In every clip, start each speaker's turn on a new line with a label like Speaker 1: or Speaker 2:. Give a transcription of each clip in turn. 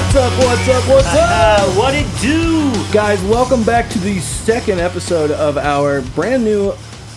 Speaker 1: What's up? What's up?
Speaker 2: Uh, what it do?
Speaker 1: Guys, welcome back to the second episode of our brand new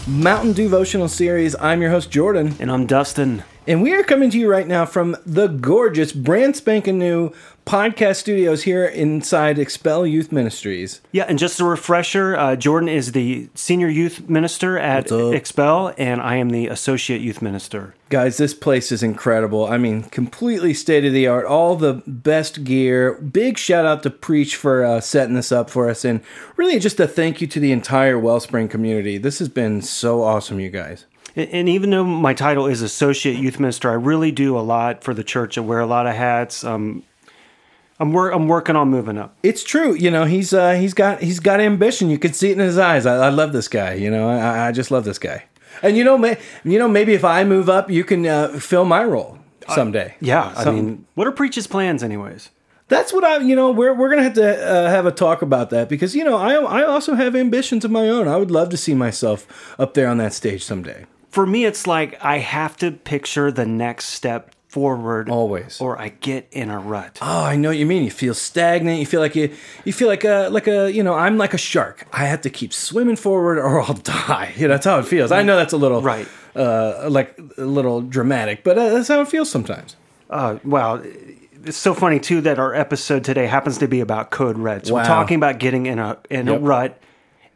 Speaker 1: Mountain Devotional series. I'm your host, Jordan,
Speaker 2: And I'm Dustin.
Speaker 1: and we are coming to you right now from the gorgeous, brand spanking new podcast studios here inside Expel Youth Ministries.
Speaker 2: Yeah, and just a refresher, uh, Jordan is the senior youth minister at
Speaker 1: What's up?
Speaker 2: Expel, and I am the associate youth minister.
Speaker 1: Guys, this place is incredible. I mean, completely state of the art, all the best gear. Big shout out to Preach for uh, setting this up for us, and really just a thank you to the entire Wellspring community. This has been so awesome, you guys.
Speaker 2: And- And even though my title is associate youth minister, I really do a lot for the church. I wear a lot of hats. Um, I'm wor- I'm working on moving up.
Speaker 1: It's true, you know. He's uh, he's got he's got ambition. You can see it in his eyes. I, I love this guy. You know, I- I, I just love this guy. And you know, may, you know, maybe if I move up, you can uh, fill my role someday.
Speaker 2: Yeah, I
Speaker 1: Some-
Speaker 2: mean, what are preach's plans, anyways?
Speaker 1: that's what I. You know, we're we're gonna have to uh, have a talk about that because you know, I I also have ambitions of my own. I would love to see myself up there on that stage someday.
Speaker 2: For me, it's like I have to picture the next step forward
Speaker 1: Always.
Speaker 2: or I get in a rut.
Speaker 1: Oh, I know what you mean. You feel stagnant. You feel like you you feel like a like a you know. I'm like a shark. I have to keep swimming forward or I'll die. You know, that's how it feels. I know that's a little
Speaker 2: Right.
Speaker 1: uh, like a little dramatic, but uh, that's how it feels sometimes.
Speaker 2: Uh, wow. It's so funny too that our episode today happens to be about code red. So
Speaker 1: Wow.
Speaker 2: we're talking about getting in a in a
Speaker 1: Yep.
Speaker 2: rut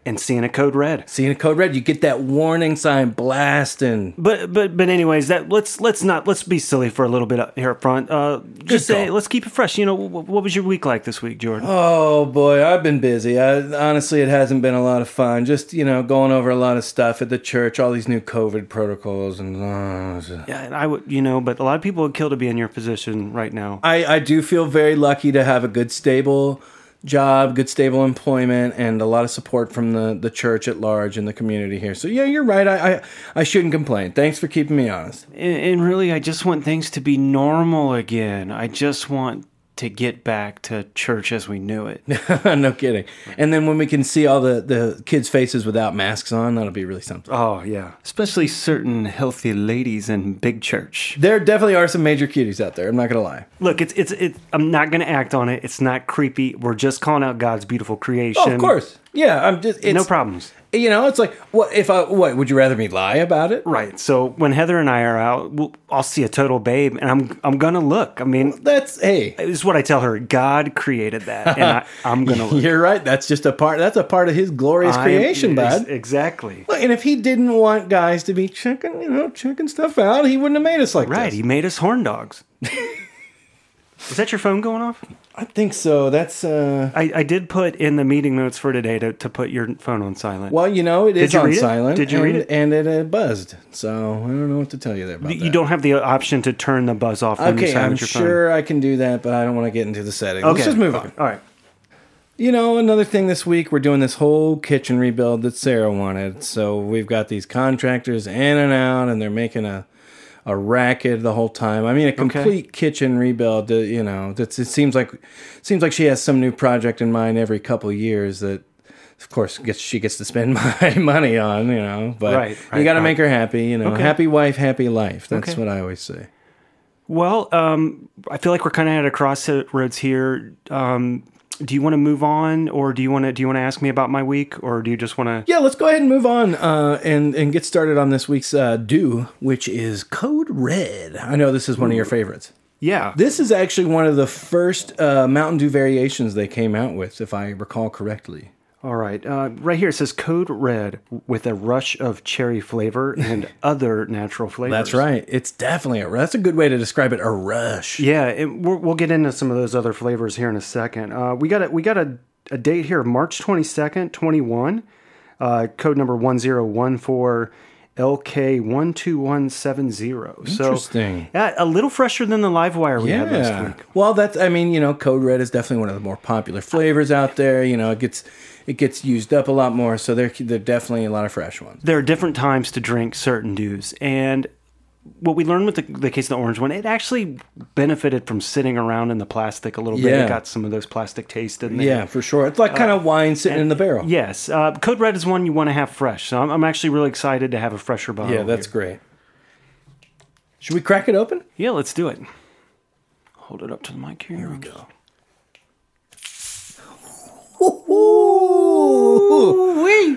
Speaker 2: and seeing a code red.
Speaker 1: Seeing a code red, you get that warning sign blasting.
Speaker 2: But but but anyways, that let's let's not let's be silly for a little bit up here up front. Uh, just say
Speaker 1: call.
Speaker 2: let's keep it fresh. You know what, what was your week like this week, Jordan?
Speaker 1: Oh boy, I've been busy. I, honestly, it hasn't been a lot of fun. Just you know, going over a lot of stuff at the church, all these new COVID protocols, and uh,
Speaker 2: yeah, and I would you know, but a lot of people would kill to be in your position right now.
Speaker 1: I, I do feel very lucky to have a good stable job, good stable employment, and a lot of support from the, the church at large and the community here. So yeah, you're right. I, I I shouldn't complain. Thanks for keeping me honest.
Speaker 2: And, and really, I just want things to be normal again. I just want to get back to church as we knew it.
Speaker 1: no kidding. And then when we can see all the, the kids' faces without masks on, that'll be really something.
Speaker 2: Oh yeah, especially certain healthy ladies in big church.
Speaker 1: There definitely are some major cuties out there. I'm not gonna lie.
Speaker 2: Look, it's it's it. I'm not gonna act on it. It's not creepy. We're just calling out God's beautiful creation.
Speaker 1: Oh, of course. Yeah, I'm just. It's,
Speaker 2: no problems.
Speaker 1: You know, it's like what if I what would you rather me lie about it?
Speaker 2: Right. So when Heather and I are out, we'll, I'll see a total babe, and I'm I'm gonna look. I mean,
Speaker 1: That's hey.
Speaker 2: it's what I tell her. God created that, and I, I'm gonna look.
Speaker 1: You're right. That's just a part. That's a part of His glorious
Speaker 2: I'm-
Speaker 1: creation,
Speaker 2: ex-
Speaker 1: bud.
Speaker 2: Exactly.
Speaker 1: Look, and if he didn't want guys to be checking, you know, checking stuff out, he wouldn't have made us like
Speaker 2: Right.
Speaker 1: this.
Speaker 2: He made us horn dogs. Is that your phone going off?
Speaker 1: I think so. That's uh.
Speaker 2: I, I did put in the meeting notes for today to, to put your phone on silent.
Speaker 1: Well, you know, it is
Speaker 2: you
Speaker 1: on
Speaker 2: read it?
Speaker 1: silent.
Speaker 2: Did you
Speaker 1: and,
Speaker 2: read it?
Speaker 1: And it uh, buzzed. So I don't know what to tell you there about
Speaker 2: You
Speaker 1: that.
Speaker 2: don't have the option to turn the buzz off. When you
Speaker 1: Okay,
Speaker 2: silence
Speaker 1: I'm
Speaker 2: your
Speaker 1: sure I can do that, but I don't want to get into the settings.
Speaker 2: Phone.
Speaker 1: Let's just move
Speaker 2: okay.
Speaker 1: on.
Speaker 2: All right.
Speaker 1: You know, another thing this week, we're doing this whole kitchen rebuild that Sarah wanted. So we've got these contractors in and out, and they're making a a racket the whole time. I mean, a complete kitchen rebuild. uh, You know, that's it seems like seems like she has some new project in mind every couple of years that. Of course, gets she gets to spend my money on, you know. But
Speaker 2: Right,
Speaker 1: you
Speaker 2: right,
Speaker 1: got to
Speaker 2: right.
Speaker 1: make her happy, you know.
Speaker 2: Okay.
Speaker 1: Happy wife, happy life. That's
Speaker 2: Okay.
Speaker 1: what I always say.
Speaker 2: Well, um, I feel like we're kind of at a crossroads here. Um, do you want to move on, or do you want to do you want to ask me about my week, or do you just want to?
Speaker 1: Yeah, let's go ahead and move on uh, and and get started on this week's uh, do, which is Code Red. I know this is one of your favorites.
Speaker 2: Yeah.
Speaker 1: This is actually one of the first uh, Mountain Dew variations they came out with, if I recall correctly.
Speaker 2: All right. Uh, right here it says Code Red with a rush of cherry flavor and other natural flavors.
Speaker 1: That's right. It's definitely a that's a good way to describe it. A rush.
Speaker 2: Yeah, and we're, we'll get into some of those other flavors here in a second. Uh, we got a, we got a, a date here, March twenty second, twenty one, uh, code number one zero one four LK one two one seven zero. So
Speaker 1: Interesting.
Speaker 2: yeah, a little fresher than the live wire we had last
Speaker 1: Yeah.
Speaker 2: week.
Speaker 1: Well, that's. I mean, you know, Code Red is definitely one of the more popular flavors out there. You know, it gets it gets used up a lot more, so there there are definitely a lot of fresh ones.
Speaker 2: There are different times to drink certain dews, and what we learned with the, the case of the orange one, it actually benefited from sitting around in the plastic a little bit.
Speaker 1: Yeah.
Speaker 2: It got some of those plastic taste in there.
Speaker 1: Yeah, for sure. It's like
Speaker 2: Uh,
Speaker 1: kind of wine sitting in the barrel.
Speaker 2: Yes, uh, Code Red is one you want to have fresh. So I'm, I'm actually really excited to have a fresher bottle.
Speaker 1: Yeah, that's
Speaker 2: here.
Speaker 1: great. Should we crack it open?
Speaker 2: yeah. Let's do it. Hold it up to the mic here. Here we go.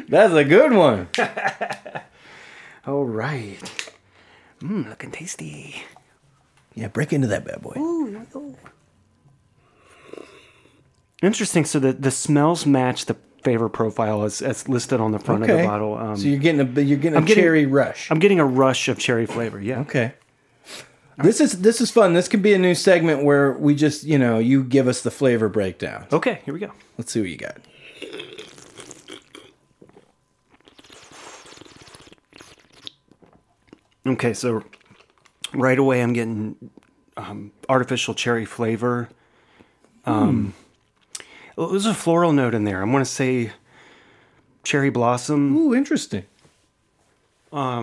Speaker 1: That's a good one.
Speaker 2: All right. Mmm, looking tasty.
Speaker 1: Yeah, break into that bad boy.
Speaker 2: Interesting. So the, the smells match the flavor profile as, as listed on the front of
Speaker 1: Okay.
Speaker 2: the bottle. Um,
Speaker 1: so you're getting a you're getting a
Speaker 2: I'm getting-
Speaker 1: cherry rush.
Speaker 2: I'm getting a rush of cherry flavor. Yeah.
Speaker 1: Okay. This is this is fun. This could be a new segment where we just you know you give us the flavor breakdown.
Speaker 2: Okay. Here we go.
Speaker 1: Let's see what you got.
Speaker 2: Okay. So right away, I'm getting um, artificial cherry flavor.
Speaker 1: Hmm.
Speaker 2: Um, There's a floral note in there. I want to say cherry blossom.
Speaker 1: Ooh, interesting.
Speaker 2: A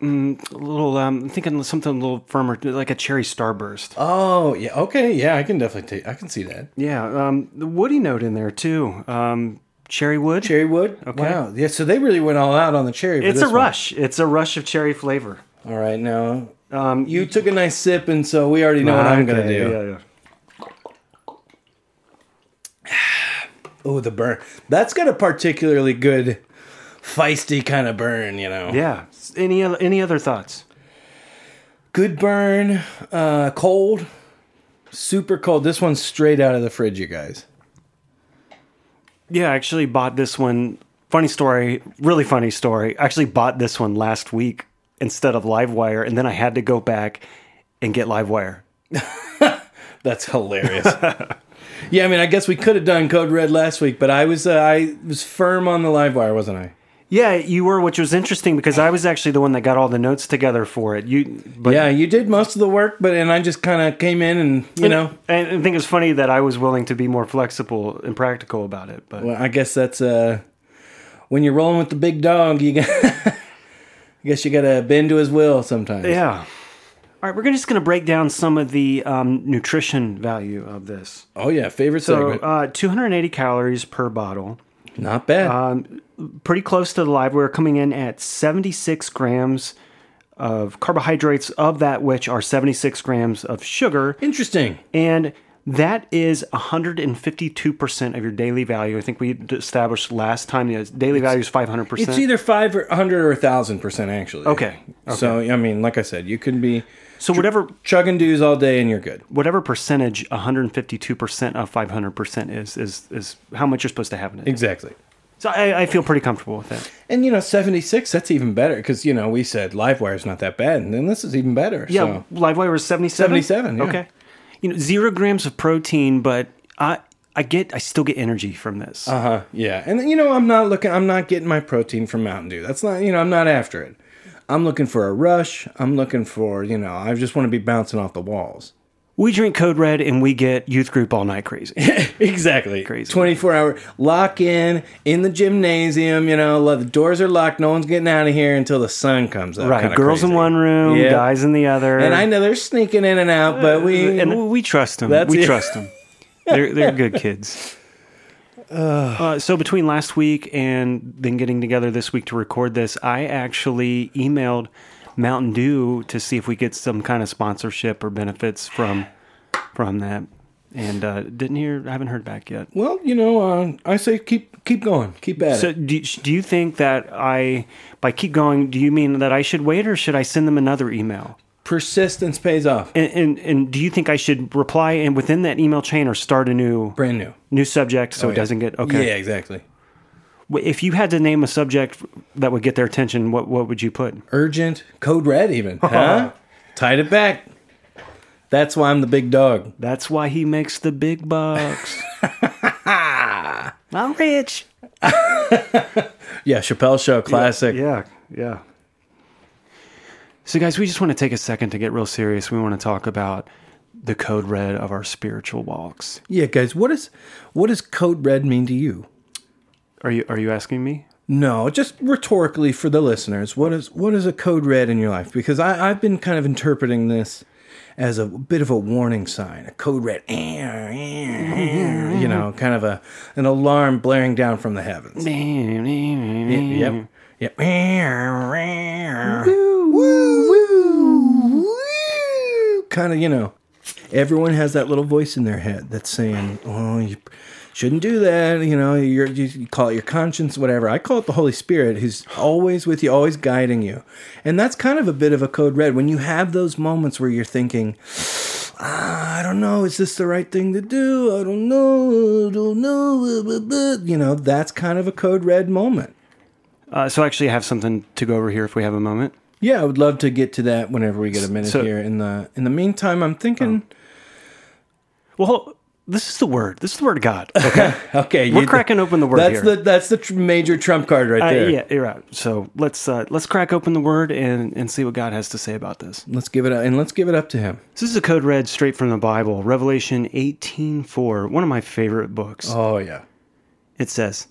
Speaker 2: little. Um, I'm thinking something a little firmer, like a cherry starburst.
Speaker 1: Oh yeah. Okay. Yeah, I can definitely take. I can see that
Speaker 2: Yeah. Um, the woody note in there too. Um, cherry wood.
Speaker 1: cherry wood. Okay. Wow. Yeah. So they really went all out on the cherry. for
Speaker 2: it's a
Speaker 1: this one.
Speaker 2: rush. It's a rush of cherry flavor.
Speaker 1: All right. Now
Speaker 2: Um,
Speaker 1: you took a nice sip, and so we already know what I'm gonna
Speaker 2: Okay,
Speaker 1: do.
Speaker 2: yeah, yeah.
Speaker 1: Oh, the burn. That's got a particularly good, feisty kind of burn. You know.
Speaker 2: Yeah. Any oth- any other thoughts?
Speaker 1: Good burn. Uh, cold. Super cold. This one's straight out of the fridge, you guys.
Speaker 2: Yeah, I actually bought this one. Funny story, really funny story. I actually bought this one last week instead of Livewire, and then I had to go back and get Livewire.
Speaker 1: That's hilarious. yeah, I mean, I guess we could have done Code Red last week, but I was uh, I was firm on the live wire, wasn't I?
Speaker 2: Yeah, you were, which was interesting because I was actually the one that got all the notes together for it. You, but
Speaker 1: yeah, you did most of the work, but and I just kind of came in and you know,
Speaker 2: and I think it's funny that I was willing to be more flexible and practical about it. But
Speaker 1: well, I guess that's uh, when you're rolling with the big dog, you got. I guess you gotta bend to his will sometimes.
Speaker 2: yeah, all right, we're gonna- just going to break down some of the um, nutrition value of this.
Speaker 1: Oh yeah, favorite
Speaker 2: So,
Speaker 1: segment.
Speaker 2: uh, 280 calories per bottle.
Speaker 1: Not bad.
Speaker 2: uh, pretty close to the live. We're coming in at 76 grams of carbohydrates, of that which are 76 grams of sugar.
Speaker 1: Interesting.
Speaker 2: And that is 152% of your daily value. I think we established last time the daily value is 500%.
Speaker 1: It's either five or hundred or thousand percent actually.
Speaker 2: Okay,
Speaker 1: So I mean, like I said, you can be
Speaker 2: so whatever
Speaker 1: chugging dews all day and you're good.
Speaker 2: whatever percentage 152% of 500% is is is how much you're supposed to have in it.
Speaker 1: Exactly.
Speaker 2: So I, I feel pretty comfortable with that.
Speaker 1: And you know, seventy six. That's even better because you know we said Livewire's not that bad, and then this is even better.
Speaker 2: Yeah,
Speaker 1: So.
Speaker 2: Livewire was 77?
Speaker 1: 77, yeah.
Speaker 2: Okay. You know, zero grams of protein, but I I get I still get energy from this.
Speaker 1: Uh huh. Yeah. And you know, I'm not looking. I'm not getting my protein from Mountain Dew. That's not. You know, I'm not after it. I'm looking for a rush. I'm looking for. You know, I just want to be bouncing off the walls.
Speaker 2: we drink Code Red and we get youth group all night crazy.
Speaker 1: Exactly.
Speaker 2: Crazy.
Speaker 1: 24 hour lock in in the gymnasium. You know, lo- the doors are locked. No one's getting out of here until the sun comes up.
Speaker 2: right.
Speaker 1: Kinda
Speaker 2: Girls in
Speaker 1: crazy.
Speaker 2: one room,
Speaker 1: Yeah.
Speaker 2: guys in the other.
Speaker 1: And I know they're sneaking in and out, but we.
Speaker 2: Uh, and we trust them.
Speaker 1: That's
Speaker 2: we
Speaker 1: it.
Speaker 2: trust them. They're they're good kids. Uh, so between last week and then getting together this week to record this, I actually emailed Mountain Dew to see if we get some kind of sponsorship or benefits from from that, and uh, didn't hear. I haven't heard back yet.
Speaker 1: well, you know, uh, I say keep keep going, keep at it.
Speaker 2: So do you, do you think that I by keep going? Do you mean that I should wait or should I send them another email?
Speaker 1: Persistence pays off.
Speaker 2: And and, and do you think I should reply and within that email chain or start a new
Speaker 1: Brand new.
Speaker 2: new subject so it doesn't get okay
Speaker 1: Oh, Yeah, exactly.
Speaker 2: W- if you had to name a subject that would get their attention what what would you put
Speaker 1: Urgent. Code red, even. Huh? Tied it back. That's why I'm the big dog.
Speaker 2: that's why he makes the big bucks i'm rich
Speaker 1: Yeah, Chappelle Show classic.
Speaker 2: yeah yeah so guys we just want to take a second to get real serious we want to talk about the code red of our spiritual walks
Speaker 1: Yeah, guys, what is what does code red mean to you?
Speaker 2: are you are you asking me
Speaker 1: No, just rhetorically for the listeners, what is what is a code red in your life? Because I, I've been kind of interpreting this as a bit of a warning sign, a code red, eh, eh, eh, you know, kind of a an alarm blaring down from the heavens. Yep. Yep. Woo, woo, woo. Kind of, you know, everyone has that little voice in their head that's saying, "Oh, you, shouldn't do that. You know, you're, you call it your conscience, whatever. I call it the Holy Spirit, who's always with you, always guiding you. And that's kind of a bit of a code red when you have those moments where you're thinking, ah, I don't know, is this the right thing to do? I don't know, I don't know. blah, blah, blah." You know, that's kind of a code red moment.
Speaker 2: Uh, so actually, I have something to go over here if we have a moment.
Speaker 1: Yeah, I would love to get to that whenever we get a minute
Speaker 2: So-
Speaker 1: here. In the in the meantime, I'm thinking.
Speaker 2: Well, hold- this is the word. This is the word of God. Okay.
Speaker 1: Oh. Okay,
Speaker 2: We're
Speaker 1: you-
Speaker 2: cracking open the word
Speaker 1: That's
Speaker 2: here.
Speaker 1: the that's the tr- major trump card right
Speaker 2: Uh,
Speaker 1: there.
Speaker 2: yeah, you're right. So let's uh, let's crack open the word and and see what God has to say about this.
Speaker 1: Let's give it up, and let's give it up to him.
Speaker 2: So this is a code read straight from the Bible, Revelation 18:4, one of my favorite books.
Speaker 1: Oh yeah.
Speaker 2: It says,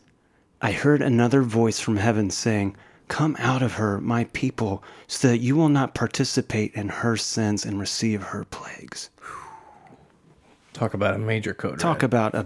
Speaker 2: I heard another voice from heaven saying, Come out of her, my people, so that you will not participate in her sins and receive her plagues.
Speaker 1: Talk about a major code.
Speaker 2: Talk
Speaker 1: red.
Speaker 2: about a,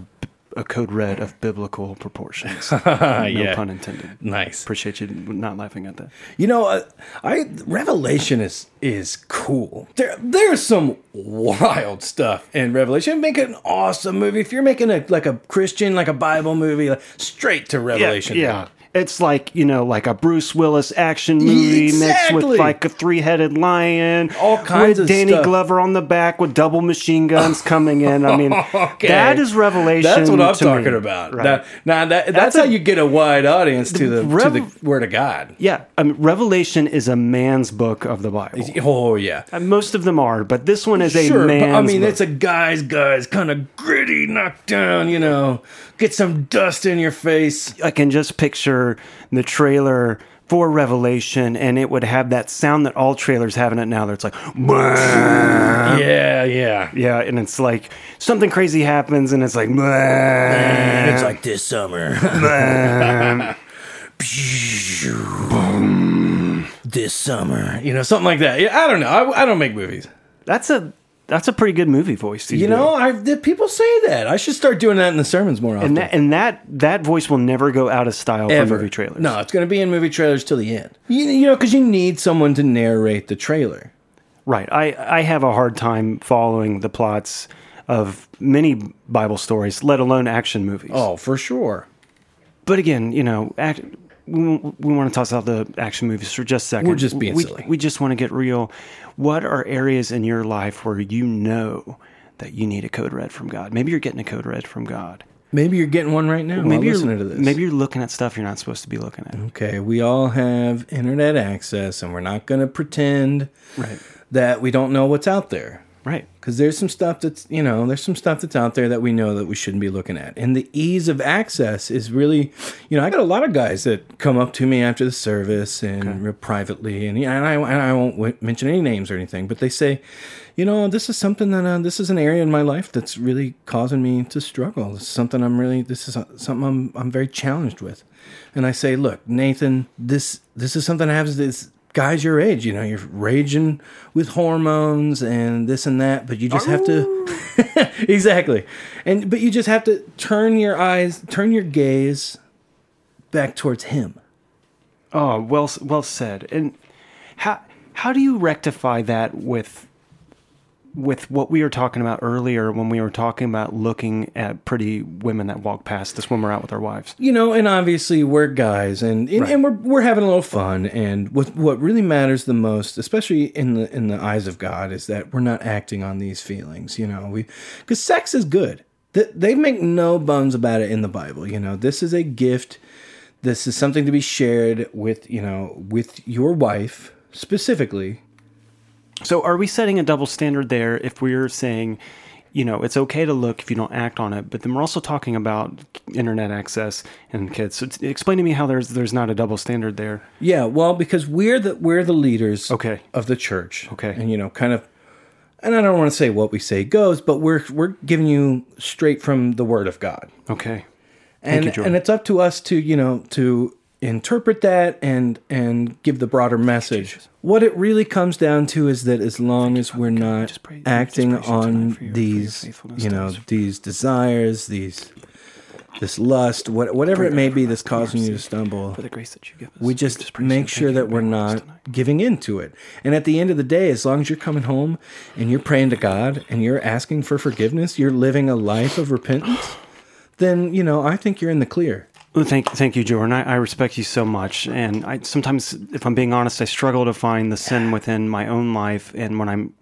Speaker 2: a code red of biblical proportions.
Speaker 1: Ah,
Speaker 2: No
Speaker 1: yeah.
Speaker 2: pun intended.
Speaker 1: Nice.
Speaker 2: Appreciate you not laughing at that.
Speaker 1: You know, uh, I Revelation is is cool. There there's some wild stuff in Revelation. Make it an awesome movie if you're making a like a Christian like a Bible movie like, straight to Revelation.
Speaker 2: Yeah. It's like, you know, like a Bruce Willis action movie mixed
Speaker 1: Exactly.
Speaker 2: with like a three headed lion.
Speaker 1: All kinds
Speaker 2: with
Speaker 1: of
Speaker 2: Danny
Speaker 1: stuff.
Speaker 2: Glover on the back with double machine guns coming in. I mean,
Speaker 1: Okay.
Speaker 2: that is revelation.
Speaker 1: That's what I'm
Speaker 2: to me.
Speaker 1: talking about.
Speaker 2: Right.
Speaker 1: That- now that, that's,
Speaker 2: That's a-
Speaker 1: how you get a wide audience to the
Speaker 2: Rev-
Speaker 1: to the Word of God.
Speaker 2: yeah. I mean, revelation is a man's book of the Bible.
Speaker 1: Oh yeah,
Speaker 2: And most of them are, but this one is a
Speaker 1: sure.
Speaker 2: man's
Speaker 1: But I mean,
Speaker 2: book.
Speaker 1: it's a guy's guy's kind of gritty, knocked down. You know, get some dust in your face.
Speaker 2: I can just picture the trailer for Revelation, and it would have that sound that all trailers have in it now. That it's like, Um,
Speaker 1: yeah, yeah.
Speaker 2: yeah, and it's like something crazy happens, and it's like, "Bleh."
Speaker 1: And it's like this summer. this summer, you know, something like that. Yeah, I don't know. I, I don't make movies.
Speaker 2: that's a that's a pretty good movie voice. to
Speaker 1: You
Speaker 2: do.
Speaker 1: know, I the, people say that. I should start doing that in the sermons more often.
Speaker 2: and that and that that voice will never go out of style for movie trailers.
Speaker 1: No, it's going to be in movie trailers till the end. You, you know, because you need someone to narrate the trailer.
Speaker 2: right. I I have a hard time following the plots of many Bible stories, let alone action movies.
Speaker 1: Oh, for sure.
Speaker 2: But again, you know, act, we, we want to toss out the action movies for just a second.
Speaker 1: We're just being
Speaker 2: we,
Speaker 1: silly.
Speaker 2: We just want to get real. What are areas in your life where you know that you need a code red from God? Maybe you're getting a code red from God.
Speaker 1: Maybe you're getting one right now.
Speaker 2: Maybe
Speaker 1: Maybe
Speaker 2: you're
Speaker 1: listening to this.
Speaker 2: Maybe you're looking at stuff you're not supposed to be looking at.
Speaker 1: Okay, we all have internet access, and we're not going to pretend
Speaker 2: Right.
Speaker 1: that we don't know what's out there.
Speaker 2: Right.
Speaker 1: because there's some stuff that's you know there's some stuff that's out there that we know that we shouldn't be looking at and the ease of access is really you know i got a lot of guys that come up to me after the service and privately and, yeah, and, I, and i won't w- mention any names or anything but they say you know this is something that uh, this is an area in my life that's really causing me to struggle this is something i'm really this is uh, something i'm, I'm very challenged with and i say look nathan this this is something that happens this guys your age, you know, you're raging with hormones and this and that, but you just have to exactly. And but you just have to turn your eyes, turn your gaze back towards him.
Speaker 2: Oh, well, s- well said. And how how do you rectify that with with what we were talking about earlier when we were talking about looking at pretty women that walk past us when we're out with our wives?
Speaker 1: You know, and obviously we're guys and and, and we're we're having a little fun and what what really matters the most, especially in the in the eyes of God is that we're not acting on these feelings, you know. We cuz sex is good. Th- They make no bones about it in the Bible, you know. This is a gift this is something to be shared with you know with your wife specifically
Speaker 2: So are we setting a double standard there if we're saying, you know, it's okay to look if you don't act on it, but then we're also talking about internet access and kids. So t- explain to me how there's there's not a double standard there.
Speaker 1: yeah well because we're the we're the leaders
Speaker 2: Okay.
Speaker 1: of the church
Speaker 2: Okay.
Speaker 1: and you know kind of and i don't want to say what we say goes but we're we're giving you straight from the word of god
Speaker 2: Okay.
Speaker 1: and
Speaker 2: you, Jordan.
Speaker 1: and it's up to us to you know to interpret that and and give the broader message what it really comes down to is that as long as we're not
Speaker 2: just praise- just
Speaker 1: acting
Speaker 2: praise you tonight
Speaker 1: on
Speaker 2: for your- for your
Speaker 1: these
Speaker 2: faithfulness
Speaker 1: you
Speaker 2: to
Speaker 1: know
Speaker 2: us.
Speaker 1: these desires these this lust what, whatever it may be that's causing you to stumble
Speaker 2: For the grace that you give us.
Speaker 1: we just make sure that we're not giving in to it. And at the end of the day, as long as you're coming home and you're praying to God and you're asking for forgiveness, you're living a life of repentance. then you know I think you're in the clear.
Speaker 2: Well, thank, thank you, Jordan. I, I respect you so much. And I sometimes, if I'm being honest, I struggle to find the sin within my own life. And when I'm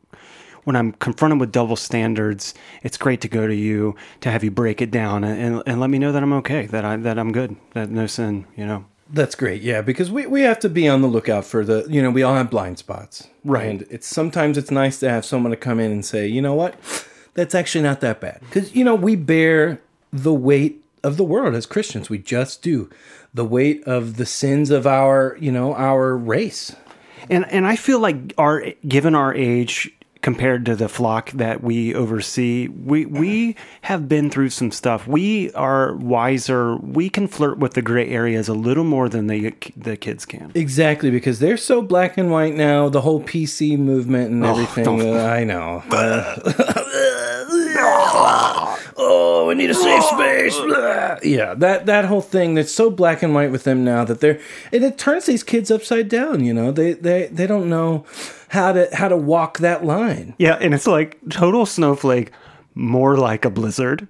Speaker 2: when I'm confronted with double standards, it's great to go to you to have you break it down and, and, and let me know that I'm okay, that I that I'm good, that no sin, you know.
Speaker 1: That's great, yeah, because we, we have to be on the lookout for the you know, we all have blind spots.
Speaker 2: Right.
Speaker 1: And it's sometimes it's nice to have someone to come in and say, you know what, that's actually not that bad. Because, you know, we bear the weight of the world as Christians. We just do. The weight of the sins of our, you know, our race.
Speaker 2: And and I feel like our given our age, compared to the flock that we oversee. We we have been through some stuff. We are wiser. We can flirt with the gray areas a little more than the the kids can.
Speaker 1: Exactly, because they're so black and white now. The whole PC movement and everything.
Speaker 2: don't-
Speaker 1: uh, I know. oh, we need a safe space. yeah, that that whole thing that's so black and white with them now that they're and it turns these kids upside down. You know, they they they don't know how to how to walk that line.
Speaker 2: Yeah, and it's like total snowflake, more like a blizzard.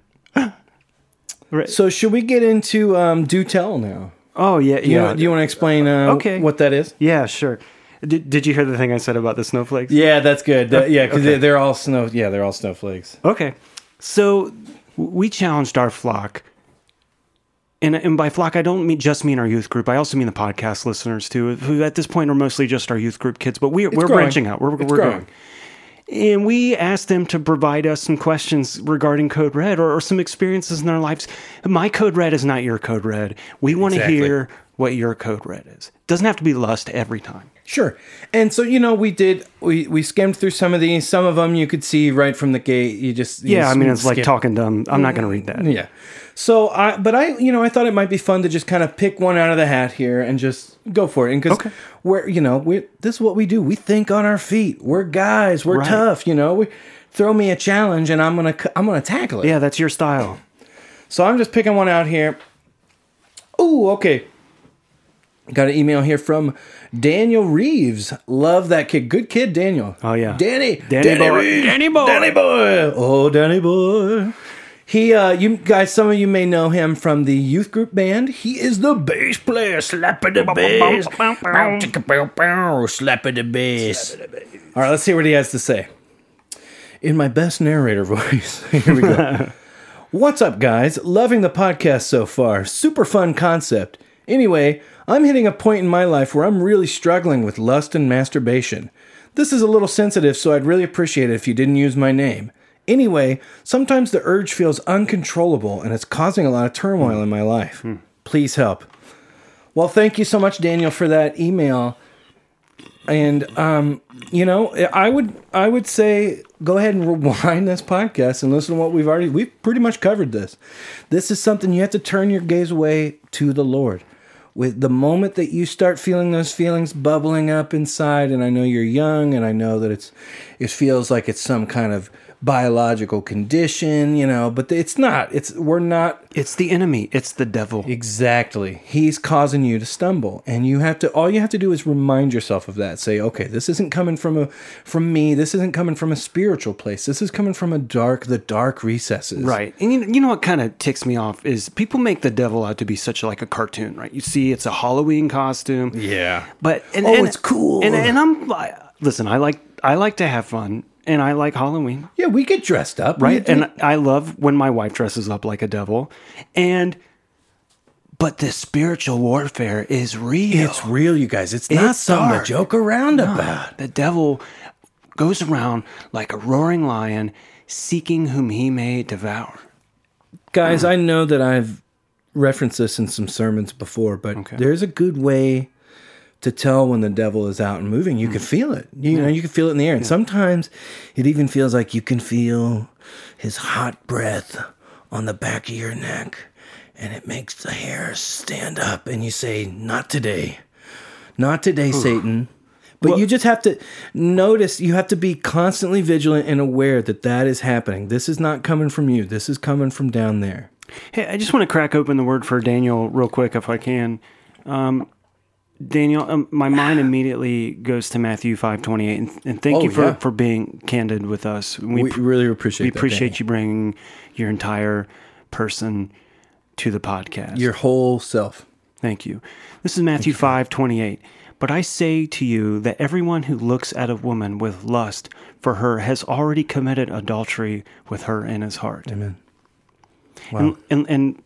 Speaker 1: So should we get into um, do tell now?
Speaker 2: Oh yeah,
Speaker 1: You
Speaker 2: yeah,
Speaker 1: know, do you want to explain uh,
Speaker 2: Okay.
Speaker 1: what that is?
Speaker 2: yeah, sure. Did, did you hear the thing I said about the snowflakes?
Speaker 1: Yeah, that's good. That- Uh, yeah, because they're all snow. Yeah, they're all snowflakes.
Speaker 2: Okay. So we challenged our flock. And, and by flock, I don't mean just mean our youth group. I also mean the podcast listeners too, who at this point are mostly just our youth group kids. But we, we're
Speaker 1: growing.
Speaker 2: branching out. We're,
Speaker 1: It's
Speaker 2: we're
Speaker 1: growing.
Speaker 2: growing. And we asked them to provide us some questions regarding Code Red or, or some experiences in their lives. My Code Red is not your Code Red. We want to
Speaker 1: Exactly.
Speaker 2: hear what your Code Red is. Doesn't have to be lust every time.
Speaker 1: Sure. And so you know, we did. We we skimmed through some of these. Some of them you could see right from the gate. You just you
Speaker 2: Yeah, I mean, it's like
Speaker 1: skip-
Speaker 2: talking dumb. I'm not going to read that.
Speaker 1: Yeah. So I, but I, you know, I thought it might be fun to just kind of pick one out of the hat here and just go for it. And because
Speaker 2: Okay.
Speaker 1: we're, you know, we this is what we do. We think on our feet. We're guys. We're
Speaker 2: Right.
Speaker 1: tough. You know, we throw me a challenge and I'm gonna c- I'm gonna tackle it.
Speaker 2: Yeah, that's your style.
Speaker 1: So I'm just picking one out here. Ooh, okay. Got an email here from Daniel Reeves. Love that kid. Good kid, Daniel.
Speaker 2: Oh, yeah.
Speaker 1: Danny.
Speaker 2: Danny boy.
Speaker 1: Reeves.
Speaker 2: Danny boy.
Speaker 1: Danny boy. Oh, Danny boy. He, uh, you guys, some of you may know him from the youth group band. He is the bass player, slapping the bass, slapping the bass. All right, let's see what he has to say. In my best narrator voice. Here we go. What's up, guys? Loving the podcast so far. Super fun concept. Anyway, I'm hitting a point in my life where I'm really struggling with lust and masturbation. This is a little sensitive, so I'd really appreciate it if you didn't use my name. Anyway, sometimes the urge feels uncontrollable and it's causing a lot of turmoil in my life. Please help. Well, thank you so much, Daniel, for that email. And um, you know, I would I would say go ahead and rewind this podcast and listen to what we've already we've pretty much covered this. This is something you have to turn your gaze away to the Lord. With the moment that you start feeling those feelings bubbling up inside, and I know you're young, and I know that it's it feels like it's some kind of biological condition, you know, but it's not. It's we're not
Speaker 2: It's the enemy. It's the devil.
Speaker 1: Exactly. He's causing you to stumble and you have to all you have to do is remind yourself of that. Say, "Okay, this isn't coming from a from me. This isn't coming from a spiritual place. This is coming from a dark the dark recesses."
Speaker 2: Right. And you, you know what kind of ticks me off is people make the devil out to be such like a cartoon, right? You see, it's a Halloween costume.
Speaker 1: Yeah.
Speaker 2: But and,
Speaker 1: Oh,
Speaker 2: and-
Speaker 1: it's cool.
Speaker 2: And, and I'm like, listen, I like I like to have fun, and I like Halloween,
Speaker 1: Yeah, we get dressed up,
Speaker 2: right?
Speaker 1: We-
Speaker 2: and I love when my wife dresses up like a devil, and but the spiritual warfare is real.
Speaker 1: it's real, you guys. It's, not
Speaker 2: It's
Speaker 1: something
Speaker 2: dark.
Speaker 1: to joke around about.
Speaker 2: the devil goes around like a roaring lion, seeking whom he may devour.
Speaker 1: guys i know that i've referenced this in some sermons before but there's a good way to tell when the devil is out and moving you can feel it you know you can feel it in the air and sometimes it even feels like you can feel his hot breath on the back of your neck and it makes the hairs stand up and you say not today not today satan but you just have to notice you have to be constantly vigilant and aware that that is happening this is not coming from you this is coming from down there
Speaker 2: Hey, I just want to crack open the word for Daniel real quick, if I can. Um, Daniel, um, my mind immediately goes to Matthew five twenty eight, and, and thank
Speaker 1: Oh,
Speaker 2: you for,
Speaker 1: yeah.
Speaker 2: for being candid with us. We,
Speaker 1: We
Speaker 2: pr-
Speaker 1: really appreciate
Speaker 2: we
Speaker 1: that,
Speaker 2: appreciate
Speaker 1: Danny.
Speaker 2: you bringing your entire person to the podcast.
Speaker 1: Your whole self.
Speaker 2: Thank you. This is Matthew five twenty eight. But I say to you that everyone who looks at a woman with lust for her has already committed adultery with her in his heart.
Speaker 1: Amen.
Speaker 2: And, and, and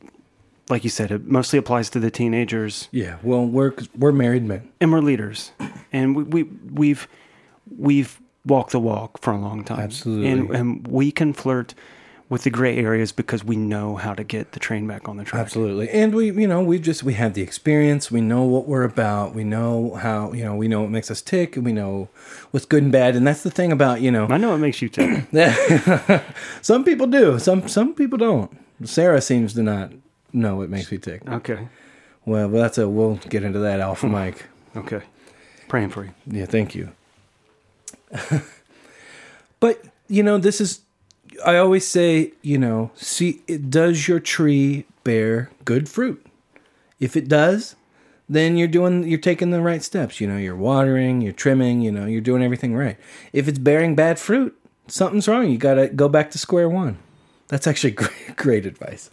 Speaker 2: like you said, it mostly applies to the teenagers
Speaker 1: Yeah. Well, we're we're married men.
Speaker 2: and we're leaders. And we, we, we've, we've walked the walk for a long time.
Speaker 1: Absolutely.
Speaker 2: And, and we can flirt with the gray areas because we know how to get the train back on the track.
Speaker 1: Absolutely. And we, you know, we just we have the experience. We know what we're about. We know how, you know, we know what makes us tick. and We know what's good and bad. And that's the thing about, you know,
Speaker 2: I know it makes you tick.
Speaker 1: some people do. Some some people don't. Sarah seems to not know what makes me tick.
Speaker 2: okay.
Speaker 1: Well, well, that's a we'll get into that alpha mic.
Speaker 2: Okay. Praying for you.
Speaker 1: Yeah, thank you. but you know, this is I always say, you know, see it, does your tree bear good fruit? If it does, then you're doing you're taking the right steps, you know, you're watering, you're trimming, you know, you're doing everything right. If it's bearing bad fruit, something's wrong. You got to go back to square one. That's actually great, great advice.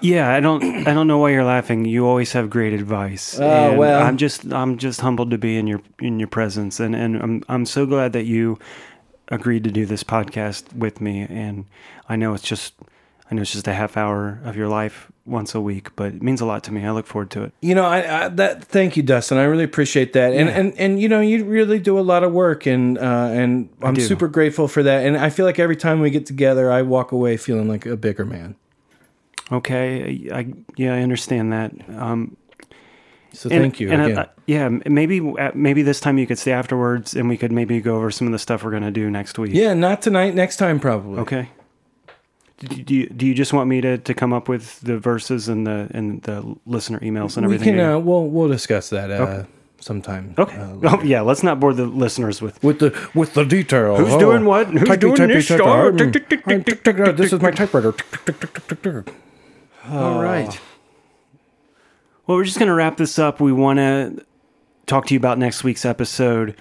Speaker 2: Yeah, I don't I don't know why you're laughing. You always have great advice. Oh
Speaker 1: Uh, well.
Speaker 2: I'm just I'm just humbled to be in your in your presence and, and I'm I'm so glad that you agreed to do this podcast with me and I know it's just I know it's just a half hour of your life once a week, but it means a lot to me. I look forward to it.
Speaker 1: you know I, I that thank you dustin i really appreciate that and and and you know you really do a lot of work and uh and i'm
Speaker 2: do.
Speaker 1: super grateful for that and i feel like every time we get together i walk away feeling like a bigger man
Speaker 2: Okay, I, I yeah, I understand that. Um,
Speaker 1: so
Speaker 2: and-
Speaker 1: thank you
Speaker 2: and uh, I-
Speaker 1: again
Speaker 2: I- yeah, m- maybe uh, maybe this time you could stay afterwards, and we could maybe go over some of the stuff we're gonna do next week.
Speaker 1: yeah not tonight next time probably
Speaker 2: Okay. Do, do you do you just want me to, to come up with the verses and the and the listener emails and
Speaker 1: we
Speaker 2: everything?
Speaker 1: can
Speaker 2: again?
Speaker 1: uh we'll we'll discuss that uh sometime
Speaker 2: okay.
Speaker 1: uh,
Speaker 2: oh yeah, let's not bore the listeners with.
Speaker 1: with the with the Oh. detail
Speaker 2: Who's doing what? Who's
Speaker 1: Typey,
Speaker 2: doing
Speaker 1: typey,
Speaker 2: this?
Speaker 1: typey.
Speaker 2: Oh,
Speaker 1: Mm.
Speaker 2: tick, tick, tick,
Speaker 1: I'm
Speaker 2: tick,
Speaker 1: tick, tick, tick. this is my typewriter Tick, tick, tick, tick, tick, tick, tick.
Speaker 2: All right. uh, Well, we're just gonna wrap this up. We want to talk to you about next week's episode,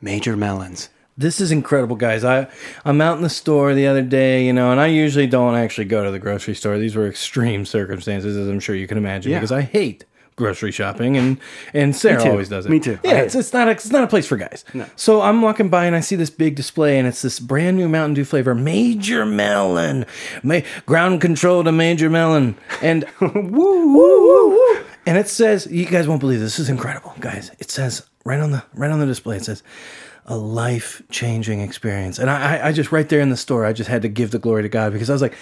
Speaker 2: Major Melons.
Speaker 1: This is incredible, guys. I I'm out in the store the other day, you know, and I usually don't actually go to the grocery store. These were extreme circumstances, as I'm sure you can imagine,
Speaker 2: Yeah.
Speaker 1: because I hate grocery shopping, and and Sarah
Speaker 2: too.
Speaker 1: always does it.
Speaker 2: Me too. I
Speaker 1: Yeah,
Speaker 2: hate
Speaker 1: it's, it's not a, it's not a place for guys. So I'm walking by and I see this big display, and it's this brand new Mountain Dew flavor, Major Melon, Ma- ground control to Major Melon, and woo, woo, woo. And it says, you guys won't believe this. This is incredible, guys. It says right on the right on the display. It says, a life changing experience. And I, I, I just right there in the store, I just had to give the glory to God because I was like,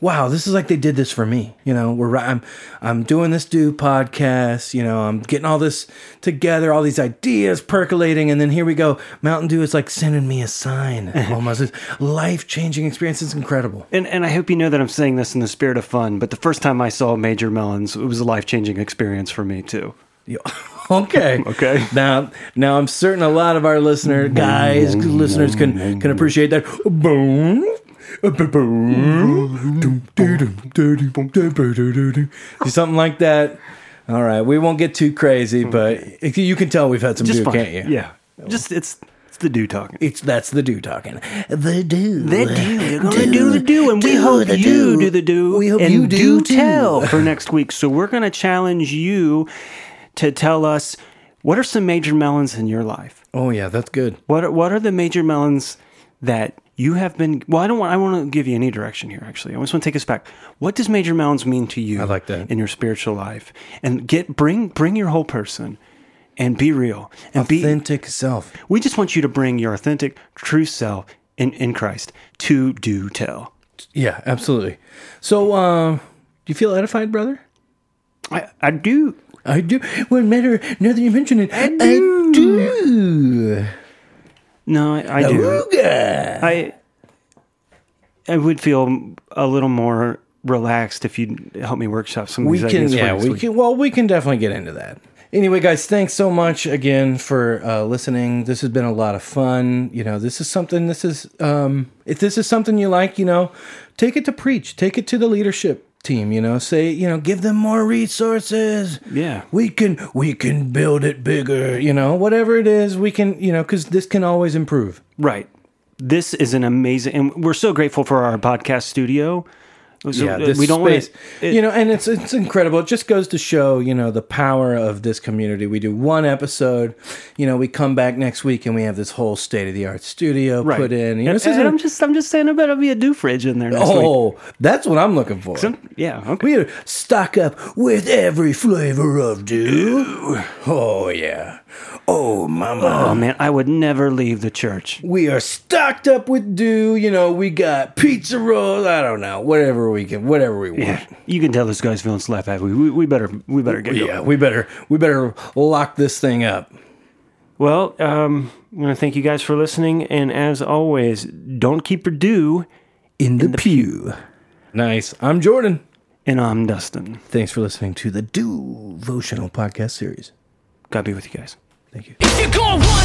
Speaker 1: wow, this is like they did this for me. You know, we're ri- I'm I'm doing this do podcast. You know, I'm getting all this together, all these ideas percolating, and then here we go. Mountain Dew is like sending me a sign. Almost life changing experience. It's incredible.
Speaker 2: And and I hope you know that I'm saying this in the spirit of fun. But the first time I saw Major Melons, it was a life changing experience for me too.
Speaker 1: Yeah. okay.
Speaker 2: Okay.
Speaker 1: Now, now I'm certain a lot of our listener guys, listeners can can appreciate that. Boom. Something like that. All right, we won't get too crazy, but if you you can tell we've had some
Speaker 2: Hmm. Just
Speaker 1: do,
Speaker 2: fun.
Speaker 1: can't you?
Speaker 2: Yeah. Just it's it's the do talking.
Speaker 1: It's that's the do talking. The do.
Speaker 2: The do. You're going to do the do, and we
Speaker 1: Do
Speaker 2: hope
Speaker 1: the
Speaker 2: you
Speaker 1: do.
Speaker 2: do the do.
Speaker 1: We hope
Speaker 2: and
Speaker 1: you do too.
Speaker 2: tell for next week. So we're going to challenge you to tell us what are some major melons in your life.
Speaker 1: Oh yeah, that's good.
Speaker 2: What are, what are the major melons that you have been? Well, I don't want. I want to give you any direction here. Actually, I just want to take us back. What does major melons mean to you? I
Speaker 1: like that.
Speaker 2: in your spiritual life, and get bring bring your whole person, and be real and be
Speaker 1: Authentic self.
Speaker 2: we just want you to bring your authentic, true self in, in Christ to do tell.
Speaker 1: Yeah, absolutely. So, um, do you feel edified, brother?
Speaker 2: I, I do.
Speaker 1: I do. Well, matter now that you mention it, I do.
Speaker 2: No, I, I do.
Speaker 1: Ooga.
Speaker 2: I I would feel a little more relaxed if you would help me workshop some of
Speaker 1: We
Speaker 2: these
Speaker 1: can,
Speaker 2: ideas for
Speaker 1: yeah,
Speaker 2: next
Speaker 1: we
Speaker 2: week.
Speaker 1: can. Well, we can definitely get into that. Anyway, guys, thanks so much again for uh, listening. This has been a lot of fun. You know, this is something. This is um, if this is something you like, you know, take it to preach. Take it to the leadership team. You know, say you know, give them more resources.
Speaker 2: Yeah.
Speaker 1: we can we can build it bigger. You know, whatever it is, we can. You know, because this can always improve.
Speaker 2: Right. This is an amazing, and we're so grateful for our podcast studio.
Speaker 1: So yeah, this we don't space, wanna, it, you know, and it's it's incredible. It just goes to show, you know, the power of this community. We do one episode, you know, we come back next week and we have this whole state of the art studio
Speaker 2: Right.
Speaker 1: put in. You know,
Speaker 2: And,
Speaker 1: this isn't-
Speaker 2: and I'm just I'm just saying there better be a do fridge in there next week.
Speaker 1: oh, that's what I'm looking for.
Speaker 2: Some- yeah, okay.
Speaker 1: We gotta stock up with every flavor of dew. Oh yeah. Oh mama.
Speaker 2: Oh man, I would never leave the church.
Speaker 1: We are stocked up with dew. You know, we got pizza rolls. I don't know. Whatever we can, whatever we want.
Speaker 2: Yeah, you can tell this guy's feeling slap happy. We, we better we better get going.
Speaker 1: Yeah, we better we better lock this thing up.
Speaker 2: Well, um, I want to thank you guys for listening, and as always, don't keep your due.
Speaker 1: In the, pew. Nice. I'm Jordan.
Speaker 2: And I'm Dustin.
Speaker 1: Thanks for listening to the Devotional Podcast Series.
Speaker 2: God be with you guys.
Speaker 1: Thank you.
Speaker 3: If you're going one